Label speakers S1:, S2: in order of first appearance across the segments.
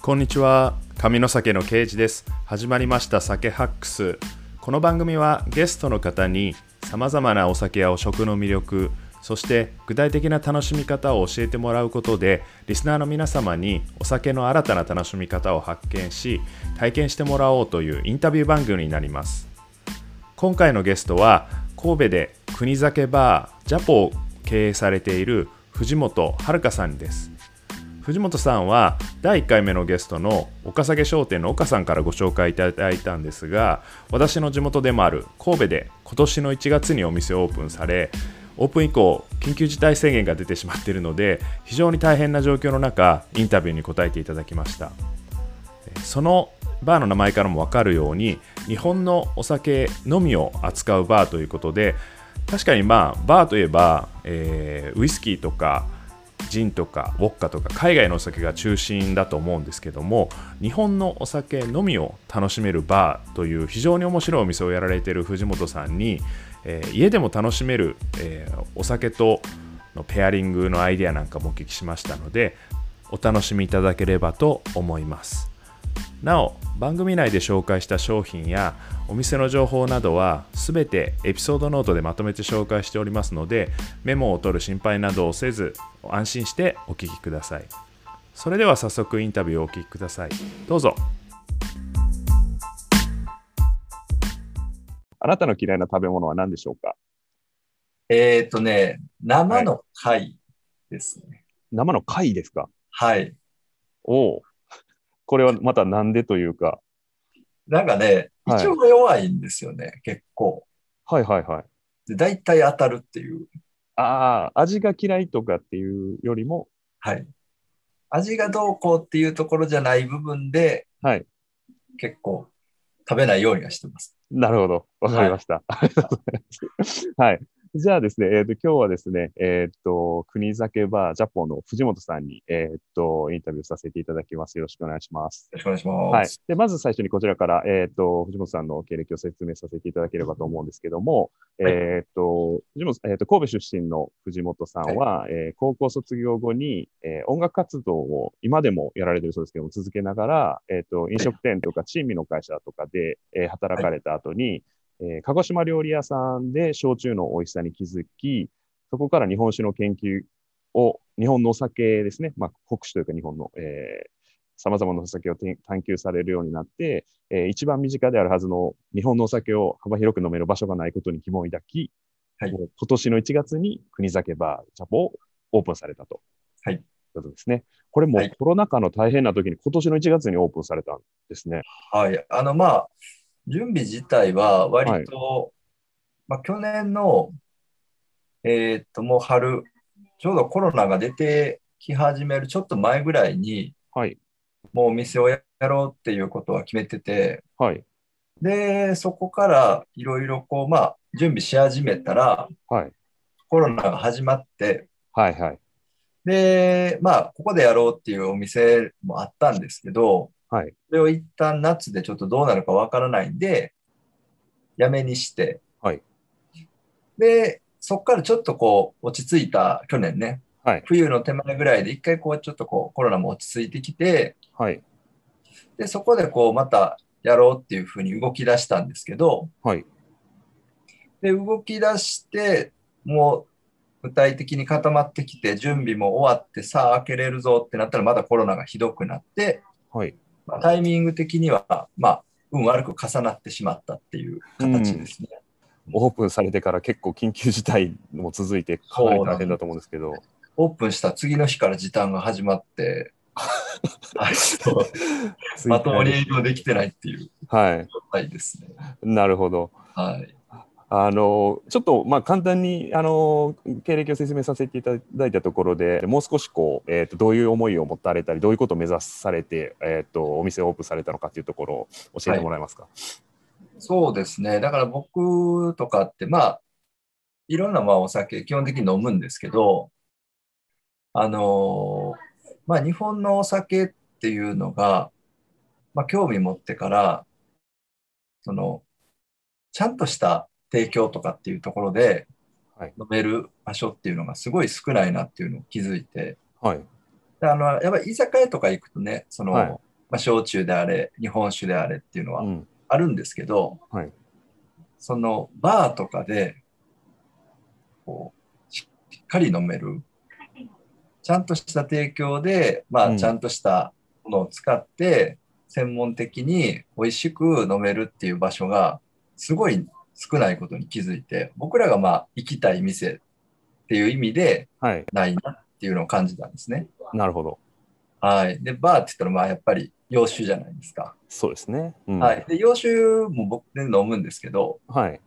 S1: こんにちは上野酒の刑事です始まりました酒ハックスこの番組はゲストの方にさまざまなお酒やお食の魅力そして具体的な楽しみ方を教えてもらうことでリスナーの皆様にお酒の新たな楽しみ方を発見し体験してもらおうというインタビュー番組になります今回のゲストは神戸で国酒バージャポを経営されている藤本遥さんです藤本さんは第1回目のゲストの岡下商店の岡さんからご紹介いただいたんですが私の地元でもある神戸で今年の1月にお店をオープンされオープン以降緊急事態宣言が出てしまっているので非常に大変な状況の中インタビューに答えていただきましたそのバーの名前からも分かるように日本のお酒のみを扱うバーということで確かにまあバーといえば、えーウイスキーとかジンとかウォッカとか海外のお酒が中心だと思うんですけども日本のお酒のみを楽しめるバーという非常に面白いお店をやられている藤本さんに、えー家でも楽しめる、えーお酒とのペアリングのアイデアなんかもお聞きしましたのでお楽しみいただければと思います。なお番組内で紹介した商品やお店の情報などは全てエピソードノートでまとめて紹介しておりますのでメモを取る心配などをせず安心してお聞きくださいそれでは早速インタビューをお聞きくださいどうぞあなたの嫌いな食べ物は何でしょうか
S2: えっ、とね、生の貝ですね。
S1: 生の貝ですか
S2: はい。
S1: おおこれはまたなんでというか
S2: なんかね、
S1: はい
S2: 一応弱いんですよね、結構。
S1: はいはいはい
S2: で、大体当たるっていう。
S1: ああ味が嫌いとかっていうよりも
S2: はい。味がどうこうっていうところじゃない部分で、
S1: はい
S2: 結構食べないようにはしてます。
S1: なるほど。わかりました。ありがとうございます。 はい。じゃあですね、えっ、と、今日はですね、えっ、と、国酒バージャポンの藤本さんに、えっ、と、インタビューさせていただきます。よろしくお願いします。
S2: よろしくお願
S1: はいい
S2: し。
S1: で、まず最初にこちらから、えっ、と、藤本さんの経歴を説明させていただければと思うんですけども、
S2: はい
S1: えっ、と、藤本さん、えっ、と、神戸出身の藤本さんは、えー高校卒業後に、えー音楽活動を今でもやられてるそうですけども、続けながら、えっ、と、飲食店とか珍味の会社とかで、えー働かれた後に、えー鹿児島料理屋さんで焼酎の美味しさに気づき、そこから日本酒の研究を、日本のお酒ですね、まあ、国酒というか日本の、えさまざまなお酒をてん探求されるようになって、えー一番身近であるはずの日本のお酒を幅広く飲める場所がないことに疑問を抱き、
S2: はい
S1: えー今年の1月に国酒バージャポをオープンされたと。
S2: はい
S1: ということですね。これも
S2: はい
S1: コロナ禍の大変な時に今年の1月にオープンされたんですね。
S2: ます。はい。あの、まあ、準備自体は割と、まあ、去年の、えっ、と、もう春、ちょうどコロナが出てき始めるちょっと前ぐらいに、
S1: はい。
S2: もうお店をやろうっていうことは決めてて、
S1: はい。
S2: で、そこからいろいろこう、まあ、準備し始めたら、
S1: はい。
S2: コロナが始まって、
S1: はい。はい。
S2: で、まあ、ここでやろうっていうお店もあったんですけど、
S1: はい。
S2: それを一旦夏でちょっとどうなるかわからないんで、やめにして、
S1: はい
S2: で、そこからちょっとこう、落ち着いた、去年ね、
S1: はい
S2: 冬の手前ぐらいで一回こう、ちょっとこう、コロナも落ち着いてきて、
S1: はい。
S2: で、そこでこう、またやろうっていうふうに動き出したんですけど、
S1: はい。
S2: で、動き出して、もう具体的に固まってきて、準備も終わって、さあ開けれるぞってなったら、まだコロナがひどくなって、
S1: はい。
S2: まあタイミング的には、まあ、運悪く重なってしまったっていう形ですね。
S1: オープンされてから結構緊急事態も続いて、かなり大変だと思うんですけど、
S2: オープンした次の日から時短が始まって、はいそうまともに営業できてないっていう
S1: はい。
S2: 状態ですね。
S1: なるほど。
S2: はい。
S1: あのちょっと、まあ、簡単にあの経歴を説明させていただいたところでもう少しこう、えー、とどういう思いを持たれたりどういうことを目指されて、えー、とお店をオープンされたのかというところを教えてもらえますか。
S2: そうですね。だから僕とかって、まあ、いろんなまあお酒、基本的に飲むんですけど、あのーまあ、日本のお酒っていうのが、まあ、興味持ってから、その、ちゃんとした提供とかっていうところで
S1: はい、
S2: 飲める場所っていうのがすごい少ないなっていうのを気づいて、
S1: はい
S2: であの、やっぱり居酒屋とか行くとね、その、
S1: はい
S2: まあ、焼酎であれ、日本酒であれっていうのは
S1: うん
S2: あるんですけど、
S1: はい
S2: そのバーとかでこうしっかり飲めるちゃんとした提供で、ま
S1: う
S2: あ、
S1: ん
S2: ちゃんとしたものを使って専門的に美味しく飲めるっていう場所がすごい少ないことに気づいて僕らがまあ行きたい店っていう意味で
S1: はい、
S2: ないなっていうのを感じたんですね。
S1: なるほど。
S2: はい、でバーって言ったらまあやっぱり洋酒じゃないですか。
S1: そうですね。うん
S2: はい、で洋酒も僕で飲むんですけど、
S1: はい。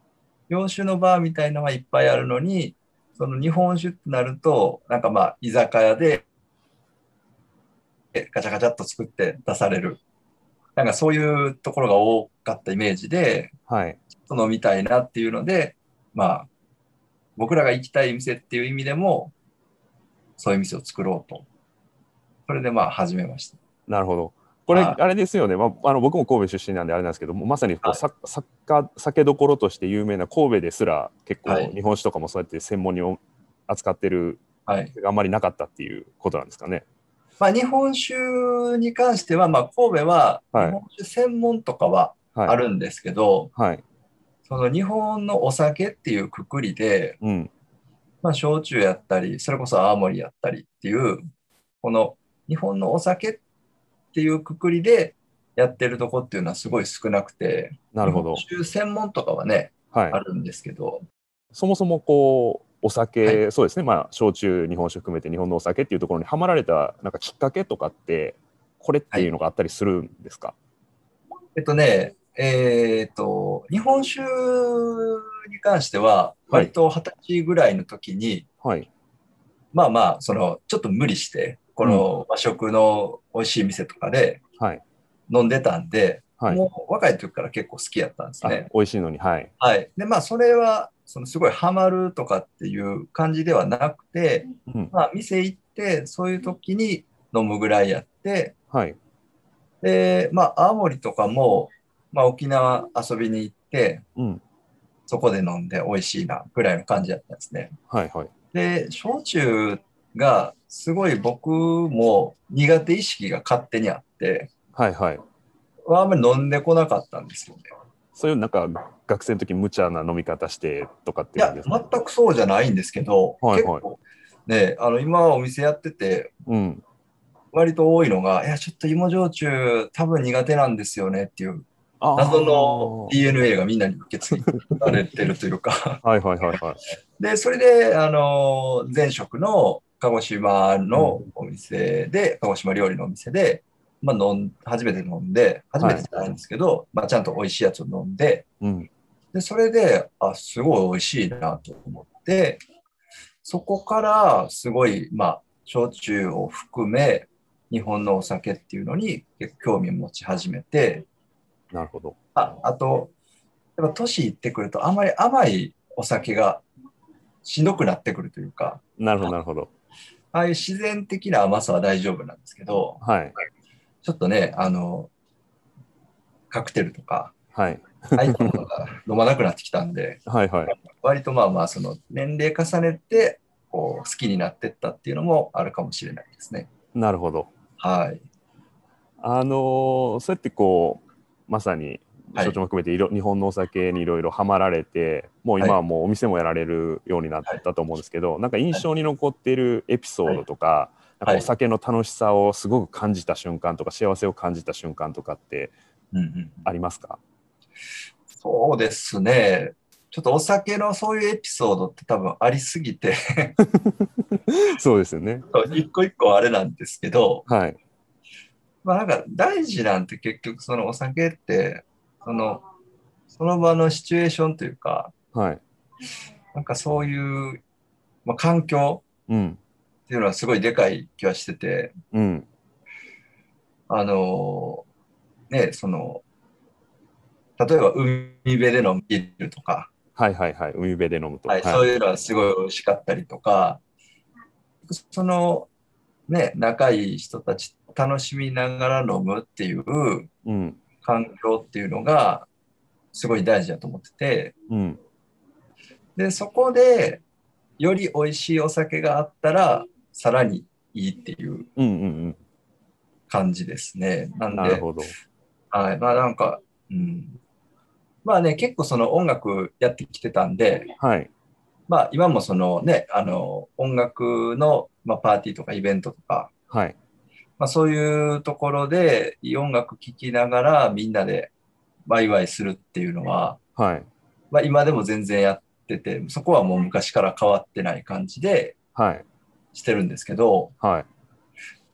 S2: 洋酒のバーみたいのはいっぱいあるのに、その日本酒ってなると、なんかまあ、居酒屋で、えガチャガチャっと作って出される。なんかそういうところが多かったイメージで、
S1: はい。
S2: ちょっと飲みたいなっていうので、まあ、僕らが行きたい店っていう意味でも、そういう店を作ろうと。それでまあ、始めました。
S1: なるほど。これ、
S2: はい
S1: あれですよね、まあ、あの僕も神戸出身なんであれなんですけども、まさにこう、
S2: はい
S1: ささ酒酒どころとして有名な神戸ですら、結構
S2: はい
S1: 日本酒とかもそうやって専門にお扱ってる、
S2: はい。
S1: あんまりなかったっていうことなんですかね。
S2: まあ、日本酒に関しては、まあ、神戸は日
S1: はい
S2: 本酒専門とかは
S1: はい、
S2: あるんですけど、
S1: はい。
S2: その日本のお酒っていうくくりで、
S1: うん。
S2: まあ、焼酎やったり、それこそ青森やったりっていう、この日本のお酒っていうくくりでやってるとこっていうのはすごい少なくて、
S1: なるほど。
S2: 日本酒専門とかはね、
S1: はい
S2: あ。るんですけど、
S1: そもそもこう、お酒、
S2: は
S1: そうですね、まあ、焼酎、日本酒含めて日本のお酒っていうところにはまられた、なんかきっかけとかって、これっていうのがあったりするんですか、
S2: えっとね、えーっと、日本酒に関しては、
S1: はい
S2: 割と二十歳ぐらいの時に、
S1: はい。
S2: まあまあ、その、ちょっと無理して、この和食の美味しい店とかで
S1: はい。
S2: 飲んでたんで、
S1: はい。
S2: もう若い時から結構好きやったんです
S1: あ
S2: ね。
S1: 美味しいのに、はい。
S2: はい。で、まあ、それは、そのすごいハマるとかっていう感じではなくて、
S1: うん。
S2: まあ、店行って、そういう時に飲むぐらいやって、
S1: はい。
S2: で、まあ、青森とかも、まあ、沖縄遊びに行って、
S1: うん。
S2: そこで飲んで美味しいな、ぐらいの感じだったんですね。
S1: はい。はい。
S2: で、焼酎が、すごい僕も苦手意識が勝手にあって、
S1: はい。はい。
S2: あんまり飲んでこなかったんですよね。
S1: そういうなんか学生の時無茶な飲み方してとかって
S2: い
S1: いうん
S2: や、
S1: ですか、
S2: 全くそうじゃないんですけど、
S1: はいはい
S2: 結構ね、あの今お店やってて、
S1: うん、
S2: 割と多いのが、いや、ちょっと芋焼酎、多分苦手なんですよねっていう、
S1: あー
S2: 謎の DNA がみんなに受け継がれてるとい うか、
S1: はいはいはいはい
S2: で、それで、あの、前職の鹿児島のお店で、鹿児島料理のお店で、まあ、飲ん初めて飲んで、初めてじゃないんですけど、まあ、ちゃんと美味しいやつを飲んで、
S1: うん
S2: で、それで、あ、すごい美味しいなと思って、そこから、すごい、まあ、焼酎を含め、日本のお酒っていうのに結構興味を持ち始めて、
S1: なるほど
S2: ああと、やっぱ年いってくると、あまり甘いお酒がしんどくなってくるというか、
S1: なるほどなるほど
S2: ああいう自然的な甘さは大丈夫なんですけど、
S1: はい
S2: ちょっとね、あの、カクテルとか、
S1: はい
S2: ああいうものが飲まなくなってきたんで、
S1: はいはい
S2: 割とまあまあその年齢重ねてこう好きになってったっていうのもあるかもしれないですね。
S1: なるほど
S2: はい。
S1: あのーそうやってこうまさに
S2: はい
S1: 所長も含めていろ日本のお酒にいろいろハマられてもう今はもうお店もやられるようになったと思うんですけど、なんか印象に残っているエピソードとか,、
S2: い
S1: なんかお酒の楽しさをすごく感じた瞬間とか幸せを感じた瞬間とかって
S2: うんうん、
S1: ありますか
S2: そうですね。ちょっとお酒のそういうエピソードって多分ありすぎて
S1: そうですよね
S2: 一個一個あれなんですけど、
S1: はい
S2: まあなんか大事なんて結局そのお酒ってそのその場のシチュエーションというか
S1: はい
S2: なんかそういう、まあ、環境
S1: うん
S2: っていうのはすごいでかい気はしてて
S1: うん
S2: あのね、その、例えば海辺でのビールとか、
S1: はいはいはい、海辺で飲むと。
S2: はい、そういうのはすごい美味しかったりとか、その、ね、仲いい人たち楽しみながら飲むっていう
S1: うん、
S2: 環境っていうのが、すごい大事だと思ってて、
S1: うん、
S2: で、そこで、より美味しいお酒があったら、さらにいいっていう
S1: うん、うん、うん。
S2: 感じですね。なん
S1: なる
S2: で、
S1: ほど。
S2: はい。まあなんか、うん。まあね、結構その音楽やってきてたんで、
S1: はい。
S2: まあ今もそのね、あの、音楽の、まあ、パーティーとかイベントとか、
S1: はい。
S2: まあそういうところでいい音楽聴きながらみんなでワイワイするっていうのは、
S1: はい。
S2: まあ今でも全然やってて、そこはもう昔から変わってない感じで
S1: はい。
S2: してるんですけど、
S1: はい。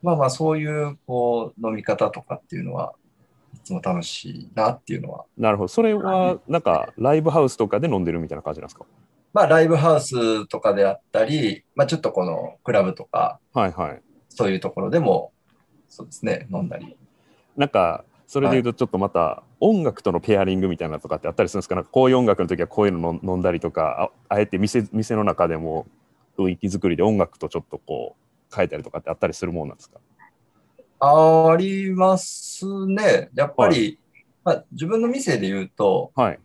S2: まあまあ、そういう、こう、飲み方とかっていうのは、いつも楽しいなっていうのは。
S1: なるほど。それは、なんか、ライブハウスとかで飲んでるみたいな感じなんですか
S2: まあ、ライブハウスとかであったり、まあ、ちょっとこの、クラブとか、
S1: はいはい。
S2: そういうところでも、そうですね、飲んだり。
S1: なんか、それで言うと、ちょっとまた、音楽とのペアリングみたいなのとかってあったりするんですかなんか、こういう音楽の時はこういうの飲んだりとか、ああえて店店の中でも雰囲気作りで音楽とちょっとこう、変えたりとかってあったりするもんなんですか
S2: ありますね。やっぱり、まあ、自分の店で言うと、
S1: はい。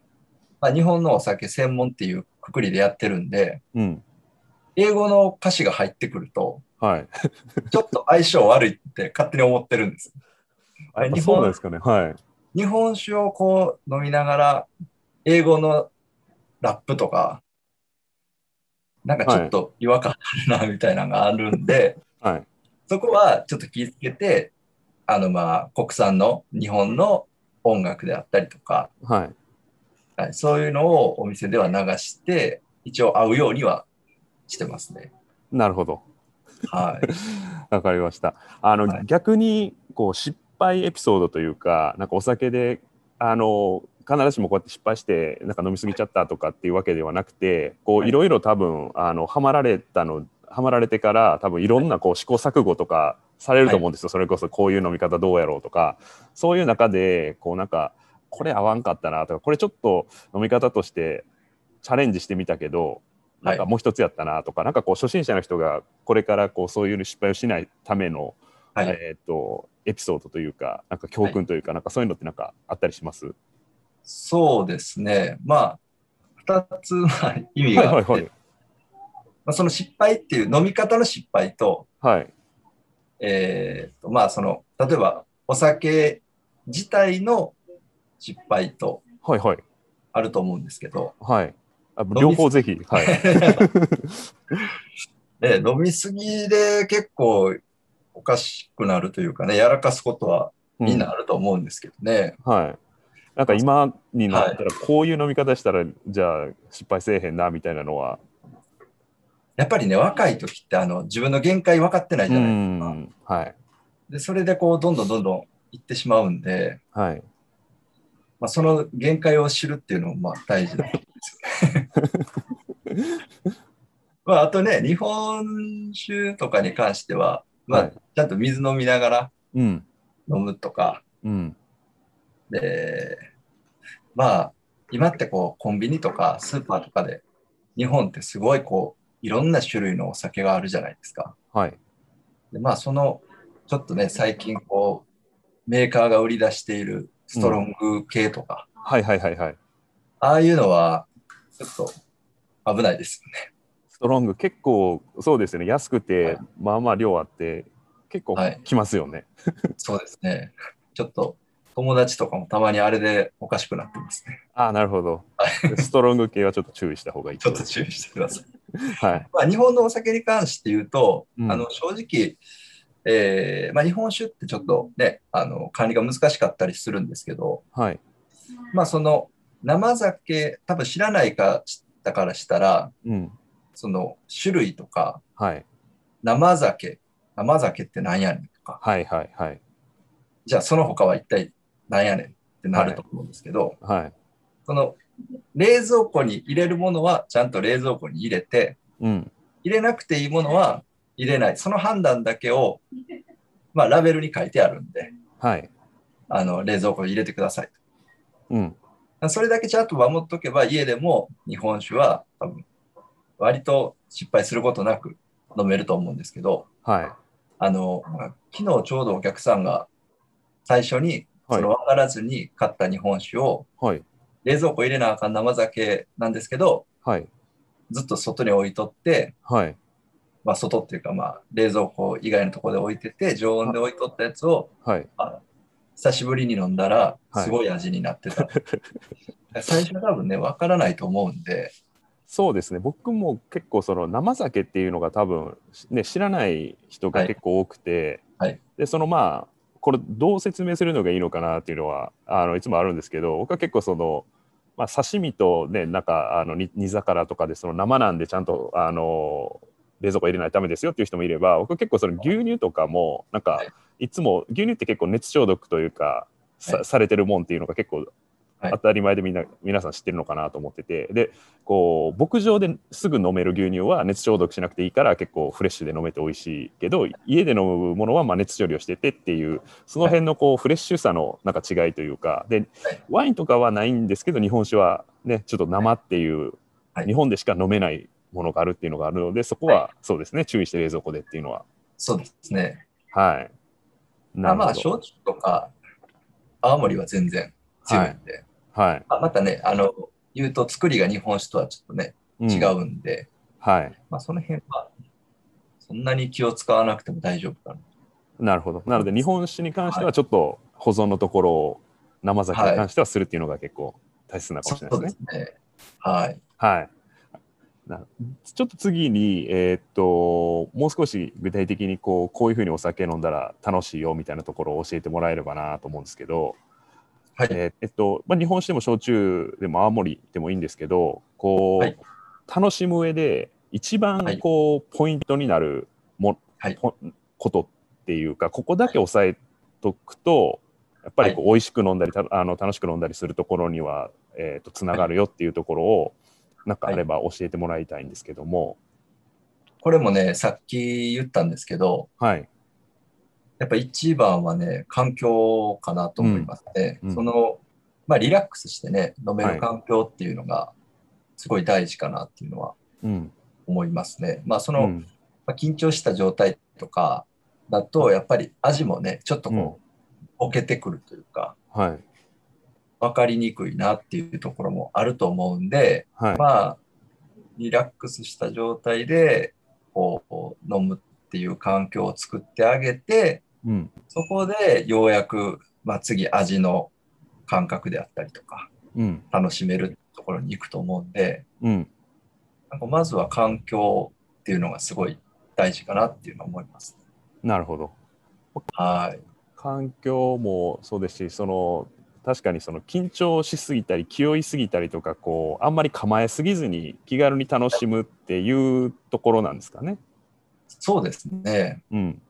S2: まあ、日本のお酒専門っていうくくりでやってるんで、
S1: うん。
S2: 英語の歌詞が入ってくると、
S1: はい。
S2: ちょっと相性悪いって勝手に思ってるんです。
S1: やっぱそうなんですかね。はい。
S2: 日本酒をこう飲みながら、英語のラップとか、なんかちょっと違和感あるなみたいなのがあるんで、
S1: はい。
S2: そこはちょっと気をつけて、あのまあ国産の日本の音楽であったりとか、
S1: はい。
S2: はい、そういうのをお店では流して、一応合うようにはしてますね。
S1: なるほど。
S2: はい。
S1: わかりました。あの、
S2: はい
S1: 逆にこう失敗エピソードというか、なんかお酒であの必ずしもこうやって失敗してなんか飲み過ぎちゃったとかっていうわけではなくて、こ
S2: は
S1: う
S2: い
S1: いろいろ多分あのハマられたのハマられてから多分いろんなこう試行錯誤とかされると思うんですよ。それこそこういう飲み方どうやろうとか、そういう中でこうなんかこれ合わんかったなとか、これちょっと飲み方としてチャレンジしてみたけど、なんか
S2: は
S1: もう一つやったなとか、なんかこう初心者の人がこれからこうそういう失敗をしないための、
S2: はい
S1: えっ、とエピソードというか、なんか教訓というか、なんかそういうのってなんかあったりします？は
S2: そうですね。まあ、二つは意味
S1: い
S2: があって、
S1: はいはい
S2: まあ、その失敗っていう飲み方の失敗と、
S1: はい
S2: えーとまあその例えばお酒自体の失敗と
S1: はいはい
S2: あると思うんですけど、
S1: はい。あ
S2: み
S1: 両方ぜひ はい
S2: ね、飲みすぎで結構おかしくなるというかねやらかすことは
S1: うん
S2: みんなあると思うんですけどね、
S1: はい。なんか今になったらこういう飲み方したらじゃあ失敗せえへんなみたいなのは、
S2: やっぱりね若い時ってあの自分の限界分かってないじゃ
S1: う
S2: ない
S1: んはい
S2: でそれでこうどんどんどんどん行ってしまうんで、
S1: はい。
S2: まあ、その限界を知るっていうのもまあ大事だと思う んですよね。まあ、あとね、日本酒とかに関しては、まあ
S1: はい、
S2: ちゃんと水飲みながら
S1: うん
S2: 飲むとか、
S1: うん
S2: で、まあ、今ってこう、コンビニとかスーパーとかで、日本ってすごいこう、いろんな種類のお酒があるじゃないですか。
S1: はい
S2: で、まあ、その、ちょっとね、最近こう、メーカーが売り出しているストロング系とか、
S1: はいはいはいはい。
S2: ああいうのは、ちょっと危ないですよね。
S1: ストロング結構そうですよね安くて、
S2: はい
S1: まあまあ量あって結構
S2: はい
S1: きますよね、
S2: そうですね。ちょっと友達とかもたまにあれでおかしくなってますね。
S1: ああなるほどストロング系はちょっと注意した方がいい
S2: ち ょっと注意してください。
S1: はい
S2: まあ、日本のお酒に関して言うと、
S1: うん
S2: あの正直、えーまあ、日本酒ってちょっとね、あの管理が難しかったりするんですけど、
S1: はい
S2: まあ、その生酒、多分知らないかだからしたら、
S1: うん
S2: その種類とか、
S1: はい
S2: 生酒、生酒ってなんやねんとか、
S1: はいはいはい
S2: じゃあその他は一体なんやねんってなると思うんですけど、
S1: はい
S2: その冷蔵庫に入れるものはちゃんと冷蔵庫に入れて、
S1: うん
S2: 入れなくていいものは入れない。その判断だけを、まあ、ラベルに書いてあるんで、
S1: はい
S2: あの冷蔵庫に入れてください
S1: うん
S2: と。それだけちゃんと守っとけば、家でも日本酒は多分、割と失敗することなく飲めると思うんですけど、
S1: はい
S2: あの、昨日ちょうどお客さんが最初に、
S1: は
S2: そ
S1: い
S2: の分からずに買った日本酒を、
S1: はい
S2: 冷蔵庫入れなあかん生酒なんですけど、
S1: はい
S2: ずっと外に置いとって、
S1: はい
S2: まあ、外っていうか、まあ、冷蔵庫以外のところで置いてて、常温で置いとったやつを、
S1: はい。
S2: 久しぶりに飲んだら、
S1: はい
S2: すごい味になってた。 最初は多分ね、わからないと思うんで、
S1: そうですね僕も結構その生酒っていうのが多分、ね、知らない人が結構多くて、
S2: はい
S1: でそのまあこれどう説明するのがいいのかなっていうのはあのいつもあるんですけど僕は結構その、まあ、刺身とねなんかあの煮煮魚とかでその生なんでちゃんとあの冷蔵庫入れないとダメですよっていう人もいれば僕は結構その牛乳とかもなんか
S2: はい
S1: いつも牛乳って結構熱消毒というかさ,、
S2: はい
S1: されてるもんっていうのが結構
S2: はい
S1: 当たり前でみんな皆さん知ってるのかなと思っててでこう牧場ですぐ飲める牛乳は熱消毒しなくていいから結構フレッシュで飲めて美味しいけど家で飲むものはまあ熱処理をしててっていうその辺のこうフレッシュさのなんか違いというかでワインとかはないんですけど日本酒はねちょっと生っていう
S2: はい
S1: 日本でしか飲めないものがあるっていうのがあるのでそこはそうですね注意して冷蔵庫でっていうのは
S2: そうですね。
S1: はい。
S2: あ
S1: な
S2: まあ、
S1: るほど。
S2: 焼酎とか、青森は全然強いんで、
S1: はい。
S2: まあまたね、あの、言うと作りが日本酒とはちょっとね、
S1: うん
S2: 違。うんで、
S1: はい。
S2: まあ、その辺は、そんなに気を使わなくても大丈夫かな。
S1: なるほど。なので日本酒に関してはちょっと保存のところを生酒に関してはするっていうのが結構大切なのかもしれないですね。
S2: そうですね。はい。
S1: はい。なちょっと次に、えーっと、もう少し具体的にこうこういうふうにお酒飲んだら楽しいよみたいなところを教えてもらえればなと思うんですけど、
S2: はい
S1: えーえっと、まあ、日本酒でも焼酎でも青森でもいいんですけど、こう、
S2: はい
S1: 楽しむ上で一
S2: は
S1: 番
S2: い
S1: こう、ポイントになるも、
S2: はい
S1: ポことっていうか、ここだけ押さえとくと、やっぱりこう美味しく飲んだりたあの楽しく飲んだりするところには、えー、とつながるよっていうところを、なんかあれば教えてもらいたいんですけども、
S2: これもね、さっき言ったんですけど、
S1: はい、
S2: やっぱ一番はね、環境かなと思いますね。
S1: うんうん
S2: その、まあ、リラックスしてね、飲め
S1: はい
S2: る環境っていうのが、すごい大事かなっていうのは
S1: うん、
S2: 思いますね。まあ、そうの、
S1: ん、
S2: まあ、緊張した状態とかだと、やっぱり味もね、ちょっとこう、ボケてくるというか、
S1: はい、
S2: 分かりにくいなっていうところもあると思うんで、
S1: はい、
S2: まあ、リラックスした状態で、こう、飲むっていう環境を作ってあげて、
S1: うん、
S2: そこでようやく、まあ、次味の感覚であったりとか
S1: うん、
S2: 楽しめるところに行くと思うんで
S1: うん、
S2: なんかまずは環境っていうのがすごい大事かなっていうのは思います。
S1: なるほど。
S2: はい、
S1: 環境もそうですし、その確かにその緊張しすぎたり、気負いすぎたりとか、こうあんまり構えすぎずに気軽に楽しむっていうところなんですかね。
S2: そうですね。
S1: うん、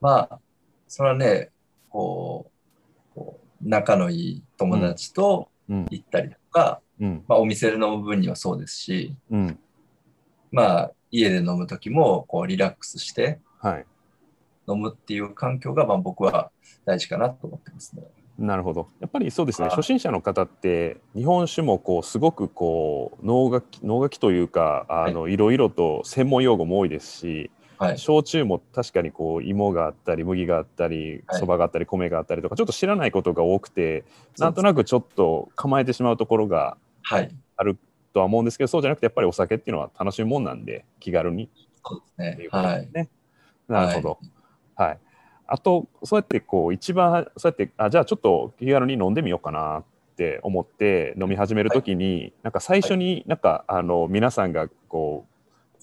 S2: まあそれはねこうこう仲のいい友達と
S1: うん、
S2: 行ったりとか、
S1: うん、
S2: まあ、お店で飲む分にはそうですし、
S1: うん、
S2: まあ、家で飲む時もこうリラックスして
S1: はい。
S2: 飲むっていう環境が、まあ、僕は大事かなと思ってますね。
S1: なるほど。やっぱりそうですね。
S2: はい
S1: 初心者の方って日本酒もこうすごくこう能楽器能楽器というかあの、いろいろと専門用語も多いですし、
S2: はい、
S1: 焼酎も確かにこう芋があったり麦があったり
S2: はい
S1: そばがあったり米があったりとかちょっと知らないことが多くて、
S2: そうです
S1: なんとなくちょっと構えてしまうところが
S2: はい、
S1: とは思うんですけど、そうじゃなくてやっぱりお酒っていうのは楽しいもんなんで気軽に
S2: そうです
S1: ってい
S2: ね
S1: う。こと
S2: は
S1: で
S2: い
S1: す。ね。なるほど。はい。あと、そうやってこう、一番、そうやって、あ、じゃあちょっと気軽に飲んでみようかなって思って飲み始めるときに、なんか最初になんか、あの、皆さんがこ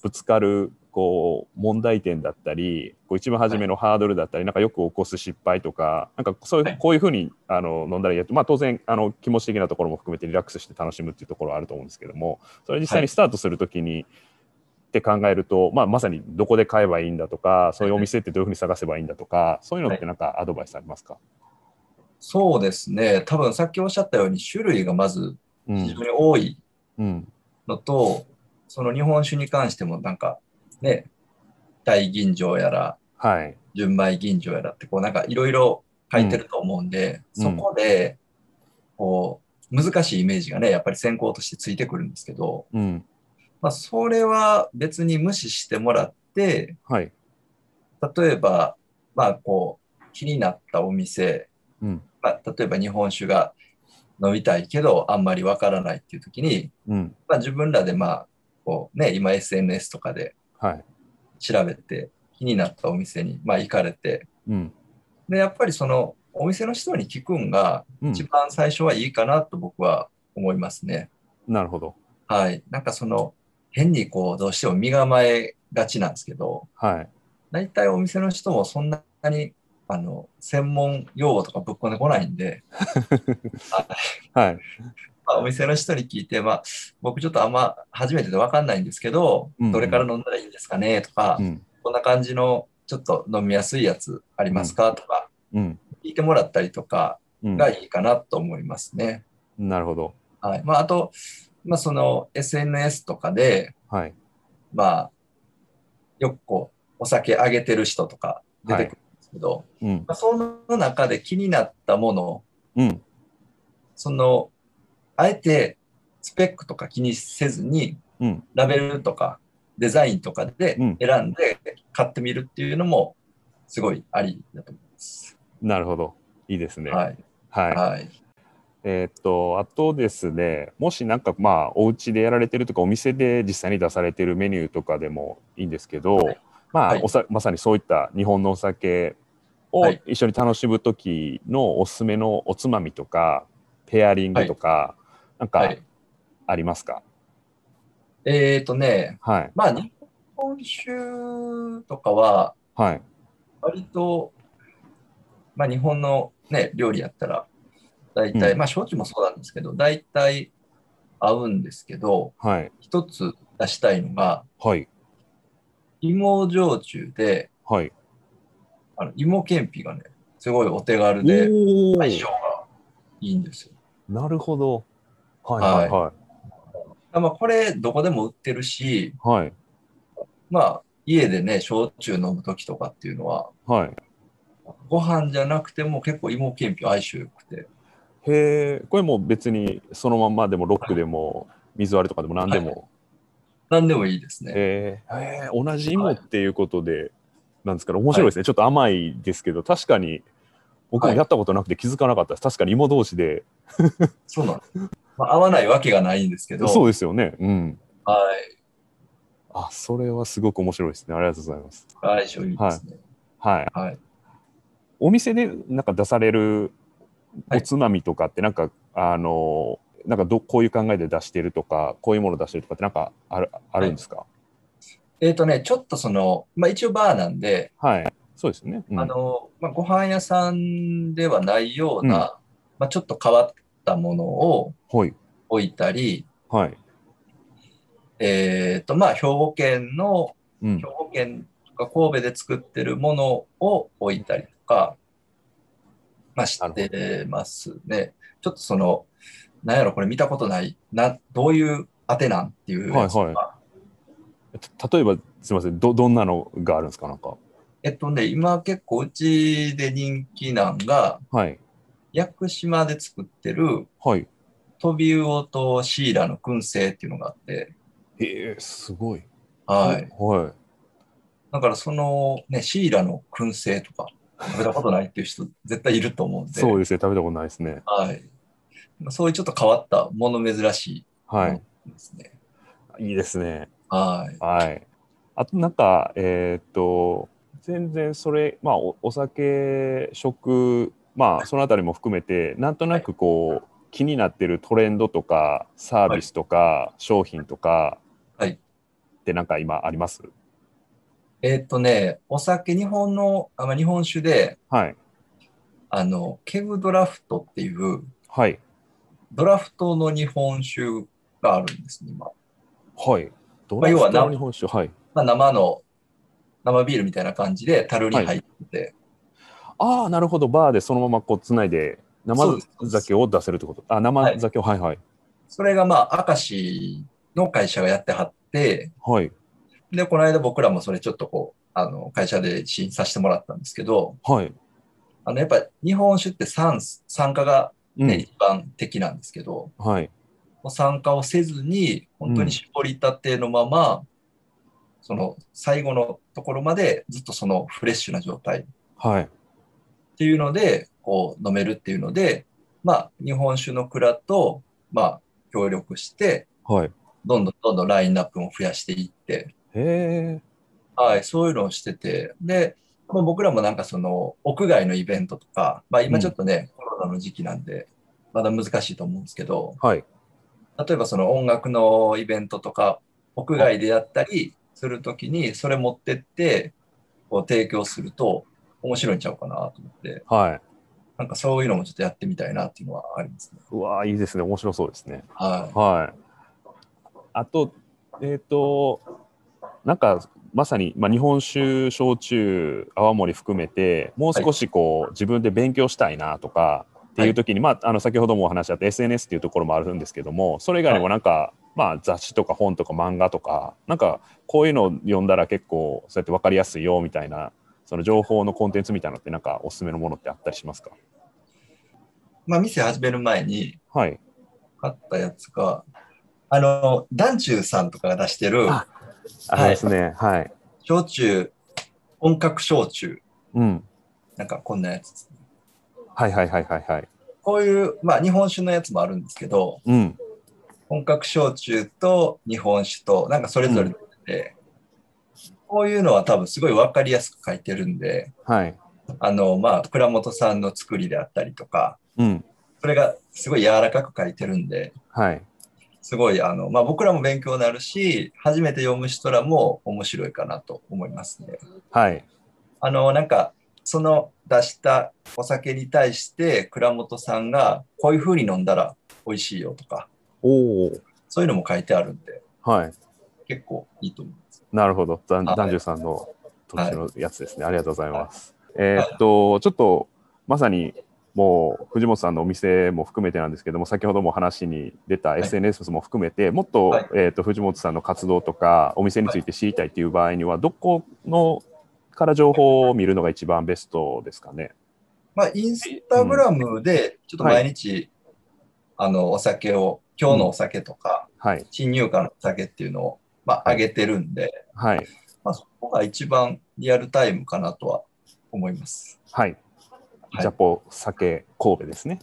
S1: う、ぶつかる、こう、問題点だったり、こう一番初めのハードルだったり、なんかよく起こす失敗とか、なんかそうい
S2: は
S1: う
S2: い、
S1: こういうふうに、あの、飲んだらいいやと、まあ当然、あの、気持ち的なところも含めてリラックスして楽しむっていうところはあると思うんですけども、それ実際
S2: は
S1: に
S2: い
S1: スタートするときに、って考えると、まあ、まさにどこで買えばいいんだとかそういうお店ってどういうふうに探せばいいんだとかそういうのってなんかアドバイスありますか、
S2: そうですね。多分さっきおっしゃったように種類がまず
S1: う
S2: 非常
S1: ん
S2: に多い
S1: うん
S2: のと、その日本酒に関してもなんかね、大吟醸やら
S1: はい
S2: 純米吟醸やらってこうなんかいろいろ書いてると思うんで、
S1: うん
S2: そこでこう難しいイメージがね、やっぱり先行としてついてくるんですけど、
S1: うん
S2: まあそれは別に無視してもらって、
S1: はい
S2: 例えばまあこう気になったお店、
S1: うん
S2: まあ、例えば日本酒が飲みたいけどあんまりわからないっていう時に、
S1: うん
S2: まあ、自分らでまあこうね今 SNS とかで
S1: はい
S2: 調べて、気になったお店に、まあ、行かれて、
S1: うん。
S2: で、やっぱりその、お店の人に聞くんが、
S1: うん
S2: 一番最初はいいかなと僕は思いますね。
S1: なるほど。
S2: はい。なんかその、変にこう、どうしても身構えがちなんですけど、
S1: はい。
S2: 大体お店の人もそんなに、あの、専門用語とかぶっこんでこないんで、
S1: はい。
S2: まあ、お店の人に聞いて、まあ、僕ちょっとあんま初めてで分かんないんですけど、
S1: うんうん
S2: どれから飲んだらいいんですかねとか、
S1: うん。
S2: こんな感じのちょっと飲みやすいやつありますかとか、
S1: うん。
S2: 聞いてもらったりとか
S1: うん。
S2: がいいかなと思いますね。
S1: なるほど。
S2: はい。まあ、あと、まあ、その SNS とかで、
S1: はい。
S2: まあ、よくこう、お酒あげてる人とか出てくるんですけど、
S1: うん。
S2: まあ、その中で気になったものを、
S1: うん。
S2: その、あえてスペックとか気にせずに、
S1: うん。
S2: ラベルとかデザインとかで
S1: うん
S2: 選んで買ってみるっていうのもすごいありだと思います。
S1: なるほど。いいですね。
S2: はい。
S1: はい。
S2: はい。
S1: えーっと、あとですね、もしなんかまあ、お家でやられてるとか、お店で実際に出されてるメニューとかでもいいんですけど、
S2: はい
S1: まあ、
S2: はい
S1: おさまさにそういった日本のお酒を
S2: はい
S1: 一緒に楽しむ時のおすすめのおつまみとか、ペアリングとか、なん
S2: は
S1: か
S2: い、
S1: ありますか
S2: えっ、とね、
S1: はい。
S2: まあ、日本酒とかは
S1: はい。
S2: 割と、まあ、日本のね、料理やったら大体、
S1: うん
S2: まあ、焼酎もそうなんですけど、大体合うんですけど、
S1: はい。
S2: 一つ出したいのが、
S1: はい。
S2: 芋焼酎で、
S1: はい。
S2: あの芋けんぴがね、すごいお手軽で
S1: お
S2: 相
S1: ー
S2: 性がいいんですよ。
S1: なるほど。はいはいは
S2: まあ、これ、どこでも売ってるし、
S1: い。はい。
S2: まあ、家でね、焼酎飲むときとかっていうのは、
S1: はい。
S2: ご飯じゃなくても結構芋けんぴ相性良くて、
S1: へえ、これもう別にそのまんまでもロックでも、水割りとかでも何でも。
S2: 何でもいいですね。
S1: えーえー同じ芋っていうことで、なんですから面白いですね、ちょっと甘いですけど確かに僕もやったことなくて気づかなかったです、確かに芋同士で
S2: そうなんです。まあ、合わないわけがないんですけど、
S1: そうですよねうん
S2: はい、
S1: あそれはすごく面白いですねありがとうございます
S2: 相性いいですね。
S1: はい
S2: はい。
S1: お店でなんか出される
S2: はい
S1: おつまみとかってなんか、あのなんかどこういう考えで出してるとかこういうもの出してるとかってなんかあるあるんですか
S2: えっ、とね、ちょっとその、まあ、一応バーなんで、
S1: はい、そうですね、うん
S2: あの、まあ、ご飯屋さんではないような、まあ、ちょっと変わったものを
S1: はい
S2: 置いたり、
S1: はい
S2: えっ、と、まあ、兵庫県の
S1: うん
S2: 兵庫県とか神戸で作ってるものを置いたりとか、まあ、し
S1: なるほど
S2: てますね。ちょっとその、なんやろ、これ見たことない、などういうあてなんっていうやつとか、
S1: はいた例えばすみませんどどんなのがあるんですかなんか
S2: えっとね、今結構うちで人気なんが、
S1: はい
S2: 屋久島で作ってる
S1: はい。
S2: トビウオとシイラの燻製っていうのがあって、
S1: ええすごい。
S2: はい。。
S1: は
S2: だからその、ね、シイラの燻製とか食べたことないっていう人絶対いると思うん
S1: い。
S2: で、
S1: そうですね。食べたことないですね。
S2: はい。そういうちょっと変わったもの珍し
S1: はい。
S2: いですね。
S1: いいですね。
S2: はい。
S1: はい。あとなんか、えーっと、全然それ、まあ、おお酒、食、まあ、そのあたりも含めて、なんとなくこう、気になってるトレンドとか、サービスとか、商品とか、
S2: はい
S1: ってなんか今あります
S2: えーっとね、お酒、日本の、あまあ日本酒で、
S1: はい。
S2: あの、ケグドラフトっていう、
S1: はい。
S2: ドラフトの日本酒があるんですね、今。
S1: はい。ど
S2: まあ要はな
S1: 日本酒はい。
S2: まあ、生の、生ビールみたいな感じで、樽に入ってて、
S1: ああ、なるほど。バーでそのままこうつないで、
S2: そう
S1: 生
S2: ですそうです
S1: 酒を出せるってこと。あ、生酒を、はい、はい、
S2: それがまあ、明石の会社がやってはって、
S1: はい。
S2: で、この間僕らもそれちょっとこう、あの、会社で試飲させてもらったんですけど、
S1: はい。
S2: あの、やっぱ日本酒って酸、酸化が
S1: うん
S2: ね、一般的なんですけど、
S1: はい。
S2: もう酸化をせずに、本当に絞りたてのまま、その最後のところまでずっとそのフレッシュな状態っ
S1: はい。
S2: ていうので、こう飲めるっていうので、まあ、日本酒の蔵と、まあ、協力して、
S1: はい。
S2: どんどんどんどんラインナップも増やしていって、
S1: へえ。
S2: はい、そういうのをしてて、で、まあ、僕らもなんかその屋外のイベントとか、まあ、今ちょっとね、コロナの時期なんで、まだ難しいと思うんですけど、
S1: はい。
S2: 例えばその音楽のイベントとか、屋外でやったりするときに、それ持ってって、こう提供すると面白いんちゃうかなと思って、
S1: はい。
S2: なんかそういうのもちょっとやってみたいなっていうのはありますね。
S1: うわーいいですね。面白そうですね。
S2: はい。
S1: はい。あと、えっ、と、なんか、まさに、まあ、日本酒、焼酎、泡盛含めて、もう少しこう、自分で勉強したいなとかっていう時に、まあ、あの先ほどもお話あった SNS っていうところもあるんですけども、それ以外にもなんか、まあ、雑誌とか本とか漫画とか、なんかこういうのを読んだら結構そうやって分かりやすいよみたいな、その情報のコンテンツみたいなのって、なんかおすすめのものってあったりしますか
S2: まあ、店始める前に
S1: はい。
S2: 買ったやつが、あの、団中さんとかが出してる、
S1: ああれですね。はい。
S2: 焼酎、本格焼酎、
S1: うん。
S2: なんかこんなやつですね。
S1: はいはいはいはいはい。
S2: こういう、まあ、日本酒のやつもあるんですけど、
S1: うん。
S2: 本格焼酎と日本酒と、なんかそれぞれで、こういうのは多分すごい分かりやすく書いてるんで、
S1: はい。
S2: あの、まあ、倉本さんの作りであったりとか、
S1: うん。
S2: それがすごい柔らかく書いてるんで、
S1: はい。
S2: すごい、あの、まあ、僕らも勉強になるし、初めて読む人らも面白いかなと思いますね。
S1: はい。
S2: あの、なんか、その出したお酒に対して、倉本さんが、こういう風に飲んだら美味しいよとか、
S1: おお。
S2: そういうのも書いてあるんで、
S1: はい。
S2: 結構いいと思います。
S1: なるほど。だん
S2: はい
S1: 男女さんの特集のやつですね。ありがとうございます。えーっと、ちょっとまさにもう藤本さんのお店も含めてなんですけども、先ほども話に出た
S2: い
S1: SNS も含めて、もっと,、
S2: はい
S1: えーっと藤本さんの活動とか、お店について知りたいという場合には、どこのから情報を見るのが一番ベストですかね。
S2: まあ、インスタグラムで、ちょっと毎日、あの、お酒を、今日のお酒とか、
S1: はい。
S2: 新入荷のお酒っていうのを、まあ、上げてるんで、
S1: はい。
S2: まあ、そこが一番リアルタイムかなとは思います。
S1: はい。
S2: はい
S1: ジャポ酒神戸ですね。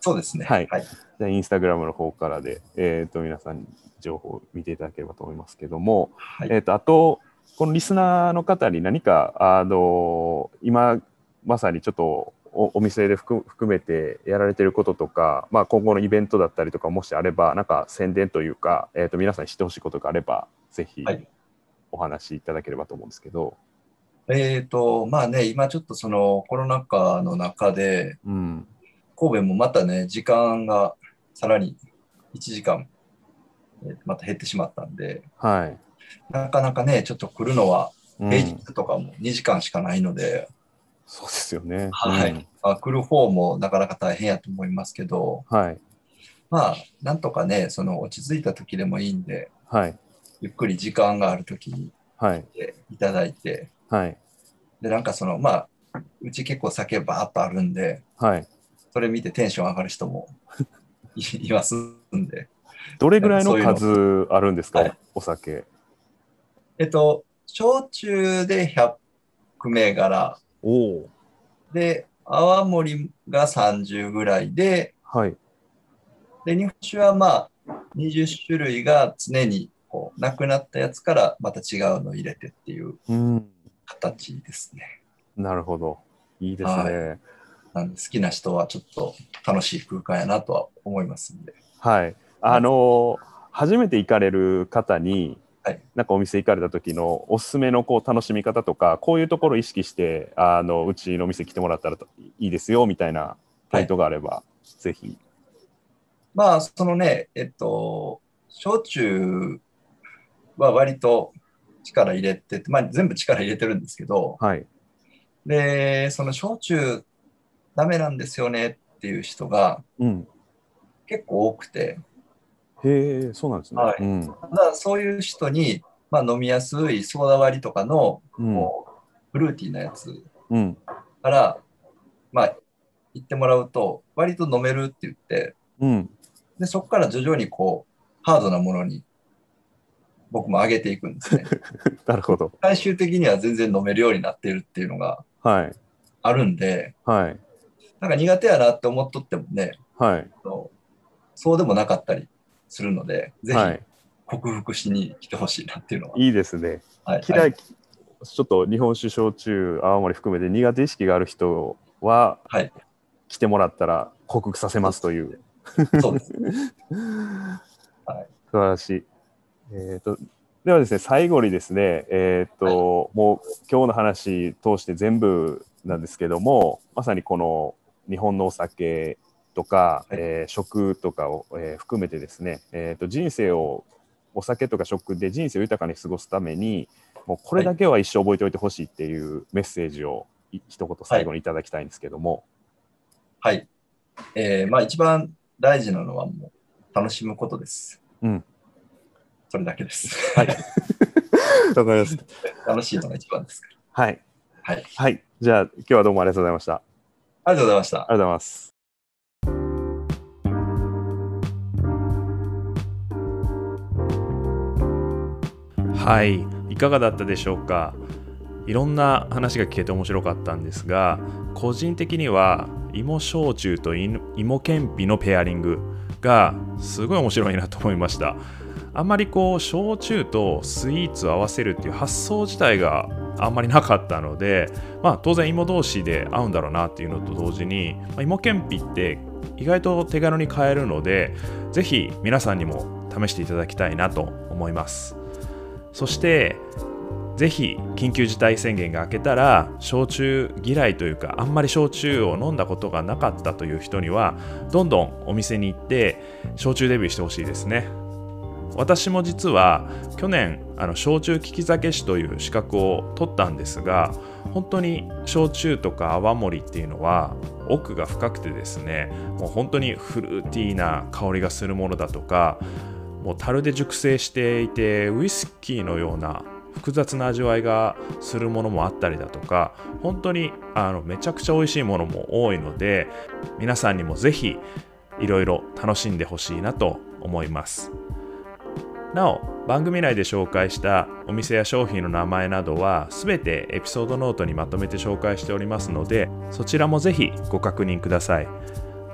S2: そうですね。
S1: はい
S2: はい。
S1: じゃあインスタグラムの方からで、えー、と皆さんに情報を見ていただければと思いますけども、
S2: はい
S1: えー、とあとこのリスナーの方に何かあの今まさにちょっとおお店で含含めてやられてることとか、まあ、今後のイベントだったりとかもしあればなんか宣伝というか、えー、と皆さんに知ってほしいことがあればぜひ
S2: はい
S1: お話しいただければと思うんですけど、
S2: えっと、まあね、今ちょっとそのコロナ禍の中で、
S1: うん
S2: 神戸もまたね、時間がさらに1時間、えーまた減ってしまったんで、
S1: はい
S2: なかなかね、ちょっと来るのは、
S1: うん
S2: 平日とかも2時間しかないので、
S1: そうですよね。
S2: はい
S1: うん
S2: まあ、来る方もなかなか大変やと思いますけど、
S1: はい
S2: まあ、なんとかね、その落ち着いた時でもいいんで、
S1: はい
S2: ゆっくり時間がある時に
S1: はい
S2: 来ていただいて、
S1: はい
S2: で、なんかその、まあ、うち結構酒バーっとあるんで、
S1: はい
S2: それ見てテンション上がる人も いいますんで。
S1: どれぐらいの数あるんですか、
S2: はい
S1: お酒。
S2: えっと、焼酎で100銘柄
S1: おお。
S2: で、泡盛が30ぐらいで、
S1: はい。
S2: で、日本酒はまあ、20種類が常にこう、なくなったやつからまた違うの入れてっていう
S1: うん。
S2: 形ですね。
S1: なるほど。いいですね。はい。
S2: なんで好きな人はちょっと楽しい空間やなとは思いますんで。
S1: あのー初めて行かれる方に、
S2: はい
S1: なんかお店行かれた時のおすすめのこう楽しみ方とか、こういうところを意識して、あのうちのお店来てもらったらいいですよみたいなポイントがあれば、ぜひ。
S2: まあ、そのね、えっと、焼酎は割と力入れてて、まあ、全部力入れてるんですけど、
S1: はい。
S2: で、その焼酎ダメなんですよねっていう人が
S1: うん。
S2: 結構多くて、
S1: へえ、そうなんですね。
S2: はい
S1: うん。
S2: ただそういう人に、まあ、飲みやすいソーダ割りとかの
S1: うん。
S2: こうフルーティーなやつ
S1: うん。
S2: から、まあ、行ってもらうと、割と飲めるって言って、
S1: うん。
S2: で、そこから徐々にこう、ハードなものに僕も上げていくんで すね。
S1: なるほど。
S2: 最終的には全然飲めるようになってるっていうのが
S1: はい。
S2: あるんで、
S1: はい。
S2: なんか苦手やなって思っとってもね、
S1: はい。
S2: あのそうでもなかったりするので、ぜ
S1: は
S2: ひ
S1: い。
S2: 克服しに来てほしいなっていうのは。
S1: いいですね。
S2: はい、
S1: 嫌、
S2: はい
S3: ちょっと日本酒焼酎青森含めて苦手意識がある人は、
S2: はい
S3: 来てもらったら克服させますという
S2: そうです。
S3: 素晴らしい。えー、とではですね最後にですね、えーともう今日の話通して全部なんですけどもまさにこの日本のお酒とか、
S2: はい
S3: えー食とかを、えー含めてですね、えー、と人生をお酒とか食で人生を豊かに過ごすためにもうこれだけは一生覚えておいてほしいっていうメッセージをい一言最後にいただきたいんですけども、
S2: はい。えーまあ一番大事なのはもう楽しむことです。
S3: うん。
S2: それだけです。
S3: はい、わかりました
S2: 楽しいのが一番ですから。
S3: はい、
S2: はい。
S3: はい、じゃあ今日はどうもありがとうございました。
S2: ありがとうございました
S3: あ。りがとうございます。はい、いかがだったでしょうか。いろんな話が聞けて面白かったんですが、個人的には芋焼酎とい芋けんぴのペアリングがすごい面白いなと思いました。あんまりこう焼酎とスイーツを合わせるっていう発想自体があんまりなかったので、まあ、当然芋同士で合うんだろうなっていうのと同時に、まあ、芋けんぴって意外と手軽に買えるのでぜひ皆さんにも試していただきたいなと思いますそしてぜひ緊急事態宣言が明けたら焼酎嫌いというかあんまり焼酎を飲んだことがなかったという人にはどんどんお店に行って焼酎デビューしてほしいですね私も実は去年あの焼酎利き酒師という資格を取ったんですが本当に焼酎とか泡盛っていうのは奥が深くてですねもう本当にフルーティーな香りがするものだとかもう樽で熟成していてウイスキーのような複雑な味わいがするものもあったりだとか本当にあのめちゃくちゃ美味しいものも多いので皆さんにもぜひいろいろ楽しんでほしいなと思います。なお番組内で紹介したお店や商品の名前などは全てエピソードノートにまとめて紹介しておりますのでそちらもぜひご確認ください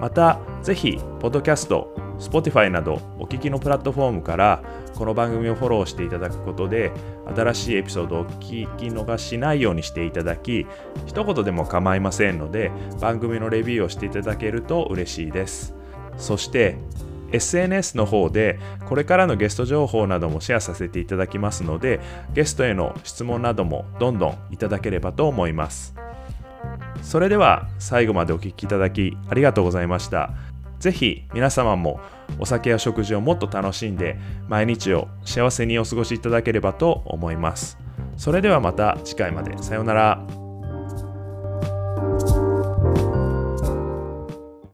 S3: またぜひポッドキャスト Spotify などお聞きのプラットフォームからこの番組をフォローしていただくことで新しいエピソードをお聞き逃しないようにしていただき一言でも構いませんので番組のレビューをしていただけると嬉しいですそして SNS の方でこれからのゲスト情報などもシェアさせていただきますのでゲストへの質問などもどんどんいただければと思いますそれでは最後までお聞きいただきありがとうございましたぜひ皆様もお酒や食事をもっと楽しんで毎日を幸せにお過ごしいただければと思いますそれではまた次回までさようなら